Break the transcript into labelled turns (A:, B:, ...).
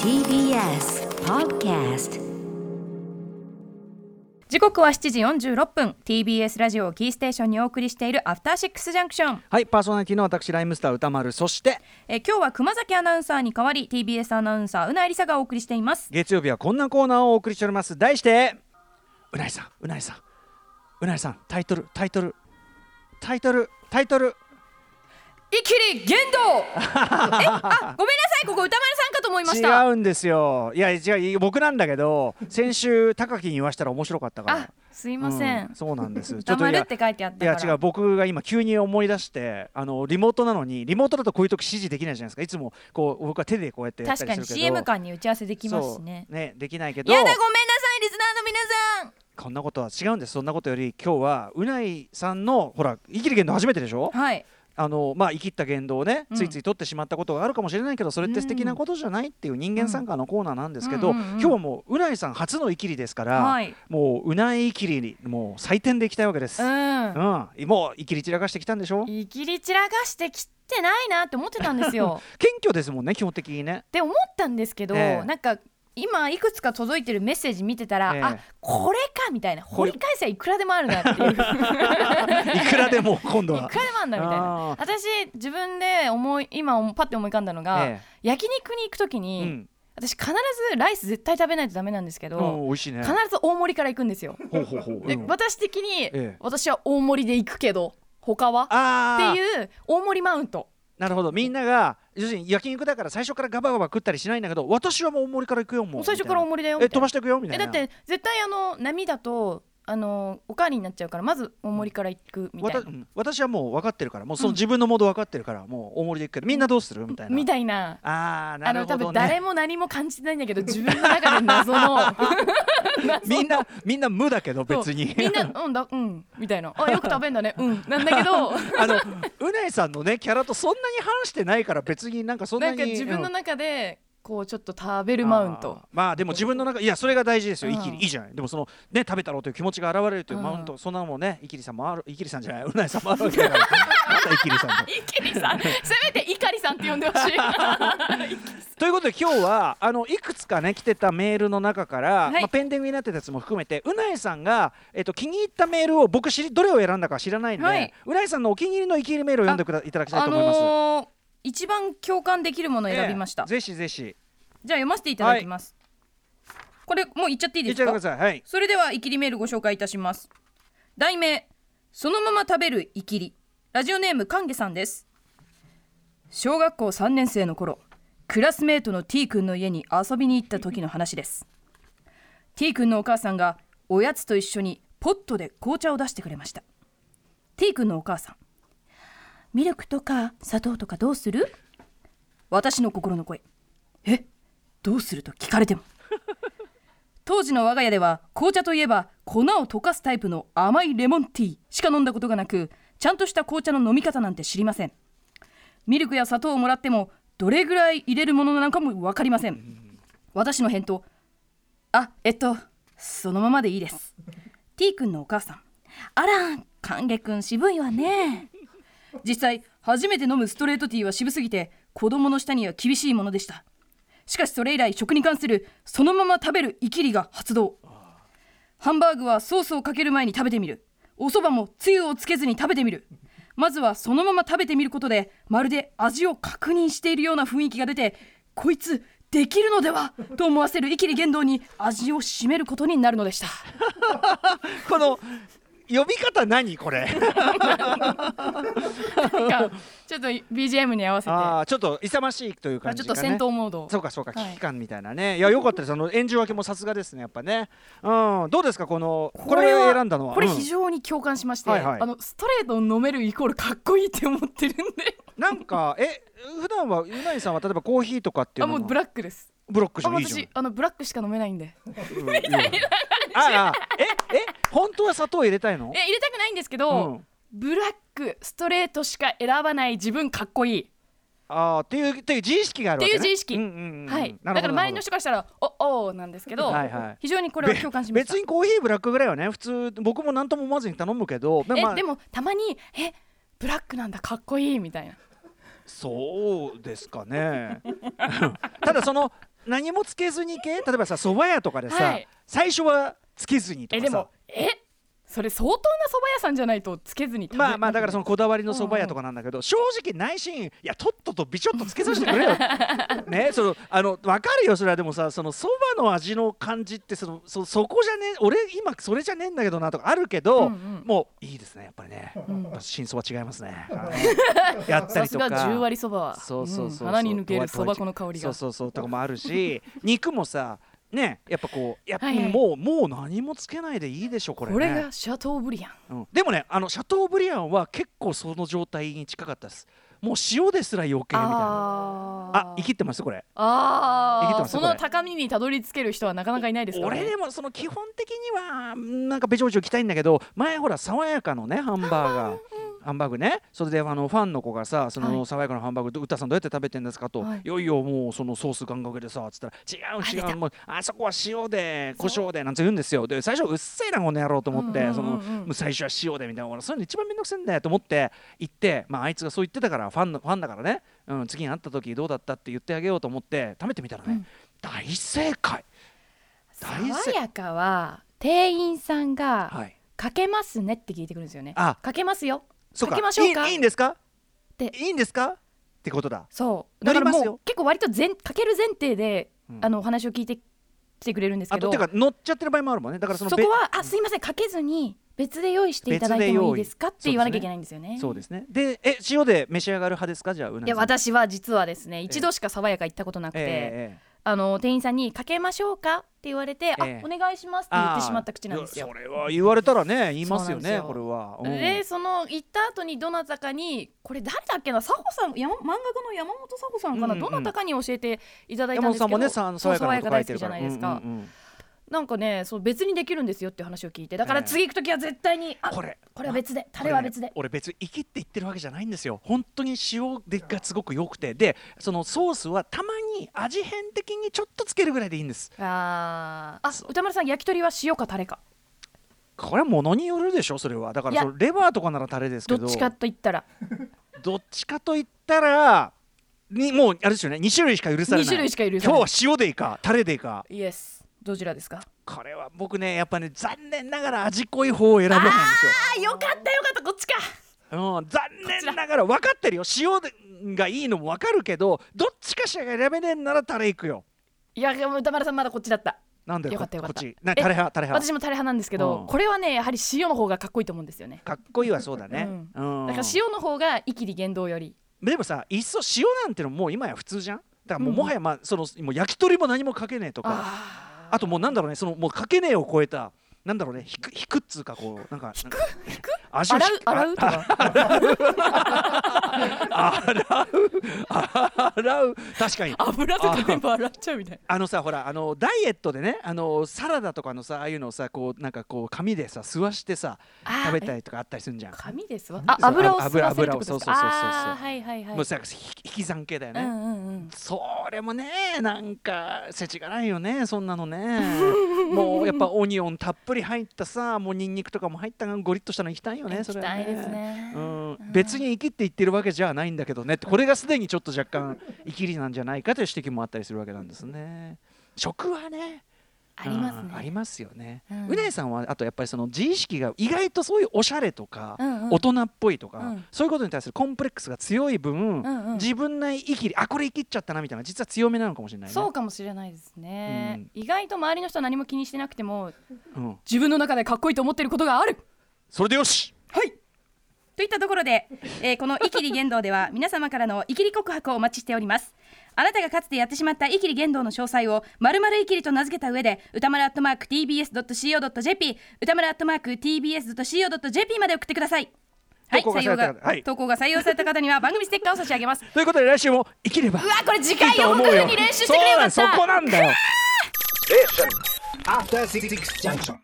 A: TBS Podcast
B: 時刻は7時46分 TBS ラジオをキーステーションにお送りしているアフターシックスジャンクション、
C: はい、パーソナリティの私、ライムスター歌丸、そして
B: えー今日は熊崎アナウンサーに代わり TBS アナウンサーうなえりさがお送りしています
C: 月曜日はこんなコーナーをお送りしております。題して、うなえさん、うなえさん、うなえさん、タイトル、タイトル、タイトル、タイトル、
B: 一気に言動 えあごめんなさいここ歌丸さんかと思いまし
C: 違
B: た
C: うんですよ。いや、違う、僕なんだけど、先週、高木に言わしたら面白かったから。
B: あすいません、
C: うそうな んです。ちょっと
B: 黙
C: い
B: る
C: や
B: って書いてあった
C: い
B: から
C: や違う僕が今急に思い出してあのリモートなのにリモートだとこういう時指示できないじゃないですかいつもこう僕は手でこうやってやった
B: 確
C: り
B: かに
C: するけど
B: CM 間に打ち合わせできますしね
C: そうねできないけど
B: やだごめんなさいリスナーの皆さん
C: こんなことは違うんですそんなことより今日はうないさんのほら生きる言動初めてでしょ
B: はい
C: あのまあ生きった言動をね
B: うん
C: ついつい取ってしまったことがあるかもしれないけどそれって素敵なことじゃないっていう人間参加のコーナーなんですけど
B: うんうんうんうん
C: 今日はもううないさん初の生きりですから、
B: はい
C: もううない生きりにもう採点でいきたいわけです、
B: う
C: うん
B: ん
C: もう生きり散らかしてきたんでしょ謙
B: いきり散らかしてきてないなって思ってたんです よ
C: 虚ですもんね基本的 にね
B: って思ったんですけど、
C: ええ
B: なんか今いくつか届いてるメッセージ見てたら、
C: ええ
B: あこれかみたいな掘り返せばいくらでもある なっていういくらでも
C: いくらでも今度は
B: あるなみたいな
C: あー
B: 私自分で思い今パッて思い浮かんだのが、
C: え
B: 焼肉に行く時に、
C: えうん
B: 私必ずライス絶対食べないとダメなんですけ
C: うん
B: ど、
C: 美味しいね
B: 必ず大盛りから行くんですよ、
C: ほうほうほう
B: で
C: うん
B: 私的に、
C: え
B: 私は大盛りで行くけど他は
C: あ
B: って
C: ー
B: いう大盛りマウント
C: なるほどみんなが要するに焼肉だから最初からガバガバ食ったりしないんだけど私はもう大盛りから行くよもう
B: 最初から大盛りだよ
C: み
B: みた
C: たいなえ
B: い
C: 飛
B: な
C: ばしていくよみた
B: え
C: い
B: だ
C: な
B: って絶対あの波だとあのおかわりになっちゃうからまず大盛りから行くみ
C: わ
B: た
C: た
B: いうなん
C: 私はもう分かってるからもうその
B: うん
C: 自分のモード分かってるから、もう大盛りで行くけどみんなどうするみたいな
B: みたいな
C: ああな
B: あ
C: る
B: の
C: ほ
B: 多
C: ど
B: 分
C: ね
B: 誰も何も感じてないんだけど自分の中で謎 の
C: みんなみんな無だけど別に
B: みんなうんだうんみたいなあよく食べんだねうんなんだけど
C: あのうないさんのねキャラとそんなに反してないから別になんかそんな
B: なん
C: に
B: か自分の
C: うん
B: 中でこうちょっと食べるマウント
C: あーまあでも自分の中いやそれが大事ですよイキリ
B: うん
C: いいじゃないでもそのね食べたろうという気持ちが現れるという
B: うん
C: マウント、そんなのもねイキリさんもあるイキリさんじゃないうないさんもあるわけだ からまたイキリさんだ
B: いきりさんせめていかりさんって呼んでほしい
C: ということで今日はあのいくつかね来てたメールの中から、
B: い
C: まあ、ペンディングになってたやつも含めてうなえさんが、えっと、気に入ったメールを僕知りどれを選んだか知らないんで、
B: はいう
C: なえさんのお気に入りの生き入りメールを読んでくだいただきたい
B: あ
C: と思います。
B: のー一番共感できるものを選びました、
C: ええぜひぜひ
B: じゃあ読ませていただきます、これもう言っちゃっていい
C: 言
B: で
C: っちゃ
B: す
C: っ
B: か
C: てくださいはい
B: それではイキリメールご紹介いたします題名そのまま食べるイキリラジオネームかんげさんです小学校3年生の頃クラスメートの T 君の家に遊びに行った時の話です T 君のお母さんがおやつと一緒にポットで紅茶を出してくれました T 君のお母さんミルクとか砂糖とかどうする私の心の声えどうすると聞かれても当時の我が家では紅茶といえば粉を溶かすタイプの甘いレモンティーしか飲んだことがなくちゃんとした紅茶の飲み方なんて知りませんミルクや砂糖をもらってもどれぐらい入れるものなのかも分かりません私の返答あえっとそのままでいいです T 君のお母さんあら歓迎君渋いわね実際初めて飲むストレートティーは渋すぎて子供の舌には厳しいものでしたしかしそれ以来食に関するそのまま食べるイキリが発動ハンバーグはソースをかける前に食べてみるお蕎麦もつゆをつけずに食べてみるまずはそのまま食べてみることでまるで味を確認しているような雰囲気が出てこいつできるのではと思わせるイキリ言動に味を占めることになるのでした
C: この呼び方何こ れ
B: ちょっと BGM に合わせ
C: あーちょっと勇ましいという感じか、ね、
B: モード
C: そうかそうか危
B: はい
C: 機感みたいなね、い、や良かったですあの演じ分けもさすがですねやっぱねうんどうですかこのこれを選んだのは
B: これ
C: うん
B: 非常に共感しまして、
C: はいはい
B: あのストレートを飲めるイコールかっこいいって思ってるんで
C: なんかえ普段はうなぎさんは例えばコーヒーとかってい
B: あ
C: うの
B: も
C: は
B: うブラックです
C: ブロックじ
B: あ
C: ゃんいいじゃん
B: 私あのブラックしか飲めないんで
C: うんいいよ ああええ本当は砂糖入れたいの
B: え？入れたくないんですけ
C: う
B: ど、
C: ん。
B: ブラックストレートしか選ばない自分かっこいい、
C: ああっていうっていう自意識があるわけ
B: っ
C: ね。
B: ていう自意識
C: うんうんうん
B: はい
C: な
B: だか
C: るほど
B: ら周りの人からしたらおおーなんですけど、
C: はいはい
B: 非常にこれは共感しました
C: 別にコーヒーブラックぐらいはね普通僕も何とも思わずに頼むけど、まあまあ
B: えでもたまにえブラックなんだかっこいいみたいな
C: そうですかね ただその何もつけずに系例えばさ蕎麦屋とかでさ、
B: はい
C: 最初はつけずにと
B: え
C: か
B: で
C: さ
B: もえそれ相当な蕎麦屋さんじゃないとつけずに食べ
C: まあまあだからそ
B: の
C: のこだわりの蕎麦屋とかなんだけど、正直内心いやとっととびちょっとつけさせてくれ よねそのあの分かるよそれはでもさその蕎麦の味の感じってそのそそこじゃね俺今それじゃねえんだけどなとかあるけ
B: う
C: ど、
B: んうん
C: もういいですねやっぱりね、やっぱ真相は違いますねやった
B: さ
C: り
B: す
C: とか
B: が十割そばは
C: そうそうそうそう、
B: ん鼻に抜けるそば粉の香り
C: そう
B: が
C: そうそうとかもあるし肉もさねやっぱこうやっぱ
B: はいはい
C: もうもう何もつけないでいいでしょこれね
B: これがシャトーブリアン
C: うんでもねあのシャトーブリアンは結構その状態に近かったですもう塩ですら余計みたいな
B: あ
C: あ生きってますこれ生き
B: あ
C: て
B: あ
C: ます
B: そ
C: よこれ
B: の高みにたどり着ける人はなかなかいないですからね
C: 俺でもその基本的にはうんなんかべちょべちょきたいんだけど前ほら爽やかのねハンバーガーハンバーグねそれであのファンの子がさそ
B: は
C: の爽やかのハンバーグど歌さんどうやって食べてんですかと、
B: はい
C: い、よいよもうそのソースガンガンかけてさつったら違う違うもうあそこは塩で胡椒でなんて言うんですよで最初うっせえなこの野郎と思って、
B: うんうんうんうん
C: そのもう最初は塩でみたいな俺そういうの一番面倒くせえんだよと思って行ってまああいつがそう言ってたからファンのファンだからね、うん、次に会った時どうだったって言ってあげようと思って食べてみたらね、大正解大正
B: 爽やかは店員さん
C: は
B: が
C: い
B: 「かけますね」って聞いてくるんですよね「
C: あ
B: かけますよ」
C: そうか
B: かけましょうか
C: いいいいんですか
B: で
C: いいんですかってことだ
B: そう
C: 乗
B: だか
C: り
B: ら
C: ますよ
B: もう結構割と前かける前提で、
C: うん
B: あのお話を聞いてきてくれるんです
C: あ
B: け
C: と
B: ど
C: てか乗っちゃってる場合もあるもんねだからそ
B: そ
C: の
B: こは「あすいませんかけずに別で用意していただいてもいいですか?」っ
C: 別で
B: て
C: 用意
B: 言わなきゃいけないんですよね。
C: そうですねでえ塩で召し上がる派ですかじゃあうなぎさん
B: いや私は実はですね一度しか爽やか行ったことなくて、
C: ええええ
B: あの店員さんに「かけましょうか?」って言われて「
C: ええ
B: あお願いします」って言ってしまった口なんですよ
C: い。やそれは言われたらね言いますよね
B: そう
C: これは、うん
B: でその行った後にどなたかにこれ誰だっけな佐穂さん山漫画家の山本佐穂さんかな、
C: うんうん
B: どなたかに教えていただいた
C: 山
B: んで
C: 本
B: すけど
C: さんもねさ
B: そう爽
C: 爽
B: や
C: や
B: か
C: か
B: 大
C: なこと書い
B: 好
C: て
B: き
C: る
B: じ
C: か
B: ゃ
C: ら
B: ないですか、
C: うんうんうん
B: なんかねそう別にできるんですよって話を聞いてだから次行く時は絶対に、あ
C: これ
B: これは別でタレは別で、
C: 俺別に生きって言ってるわけじゃないんですよ本当に塩でがすごく良くてでそのソースはたまに味変的にちょっとつけるぐらいでいいんです
B: あーあ歌丸さん焼き鳥は塩かタレか
C: これはものによるでしょそれはだか
B: いや
C: らそのレバーとかならタレですけ
B: ど
C: ど
B: っちかと言ったら
C: どっちかと言ったらにもうあれですよね2種類しか許されない
B: 二種類しか許されない
C: 今日は塩でいいかタレでいいか
B: イエスどちらですか
C: これは僕ねやっぱね残念ながら味濃い方を選べないんですよ
B: あよかったよかったこっちか
C: うん、残念ながら分かってるよ塩でがいいのも分かるけどどっちかしか選べねえんならタレいくよ
B: いやでも歌丸さんまだこっちだった
C: なんだよ
B: よかったよ
C: こ
B: かった
C: こっちな
B: え
C: タレ派タレ派
B: 私もタレ派なんですけど、
C: うん
B: これはねやはり塩の方がかっこいいと思うんですよね
C: かっこいいはそうだね、
B: う
C: うん
B: だから塩の方が生きり言動より
C: でもさいっそ塩なんてのもう今や普通じゃんだからもう
B: うん
C: もはやまあそのもう焼き鳥も何もかけねえとか
B: あ
C: あともうなんだろうねそのもうかけねえを超えたなんだろうね引く引くっつうかこうなんか引く引く足を
B: 洗う
C: 引く
B: 洗うとか
C: あ洗う確かに
B: 油とか全部洗っちゃうみたい
C: あのさほらあのダイエットでねあのサラダとかのさああいうのをさこうなんかこう紙でさ吸わしてさ
B: あー
C: 食べたりとかあったりするじゃん
B: な。紙ですわあ
C: そう
B: 油を吸
C: 油
B: わせるってことで
C: 油を
B: す
C: そ
B: か
C: うそうそうそう
B: あーはいはいはい
C: もうさひ引き算系だよね。
B: うんうんうん
C: それもねなんかせちがないよねそんなの ねもうやっぱオニオンたっぷり入ったさもうニンニクとかも入ったゴリッとしたのいきたいよねそれは
B: 行きたいですね
C: うん、別に生きって言ってるわけじゃないんだけどねってこれがすでにちょっと若干生きりなんじゃないかという指摘もあったりするわけなんですね食はね
B: あります
C: うんあり
B: ね
C: ますよね。
B: うん
C: うね、さんはあとやっぱりその自意識が意外とそういうおしゃれとか、
B: うんうん
C: 大人っぽいとか、
B: うん
C: そういうことに対するコンプレックスが強い分、
B: んうん
C: 自分なり生きりあこれ生きっちゃったなみたいな実は強めなのかもしれないね。
B: そうかもしれないですね
C: うん
B: 意外と周りの人は何も気にしてなくても
C: うん、
B: 自分の中でかっこいいと思ってることがある
C: それでよし
D: はいといったところで、えーこの「イキリ言動」では皆様からのイキリ告白をお待ちしておりますあなたがかつてやってしまったイキリ言動の詳細を「まるイキリ」と名付けた上で歌丸アットマーク TBS.CO.JP 歌丸アットマーク TBS.CO.JP まで送ってくださいはい
C: 投稿が
D: 採
C: され
D: 用
C: た
D: が
C: 方、はい
D: 投稿が採用された方には番組ステッカーを差し上げます
C: ということで来週も生きればう
B: うわこれ次回予告風に練習してくれよかった
C: そうなんそこなんだよ
E: After Six Junction.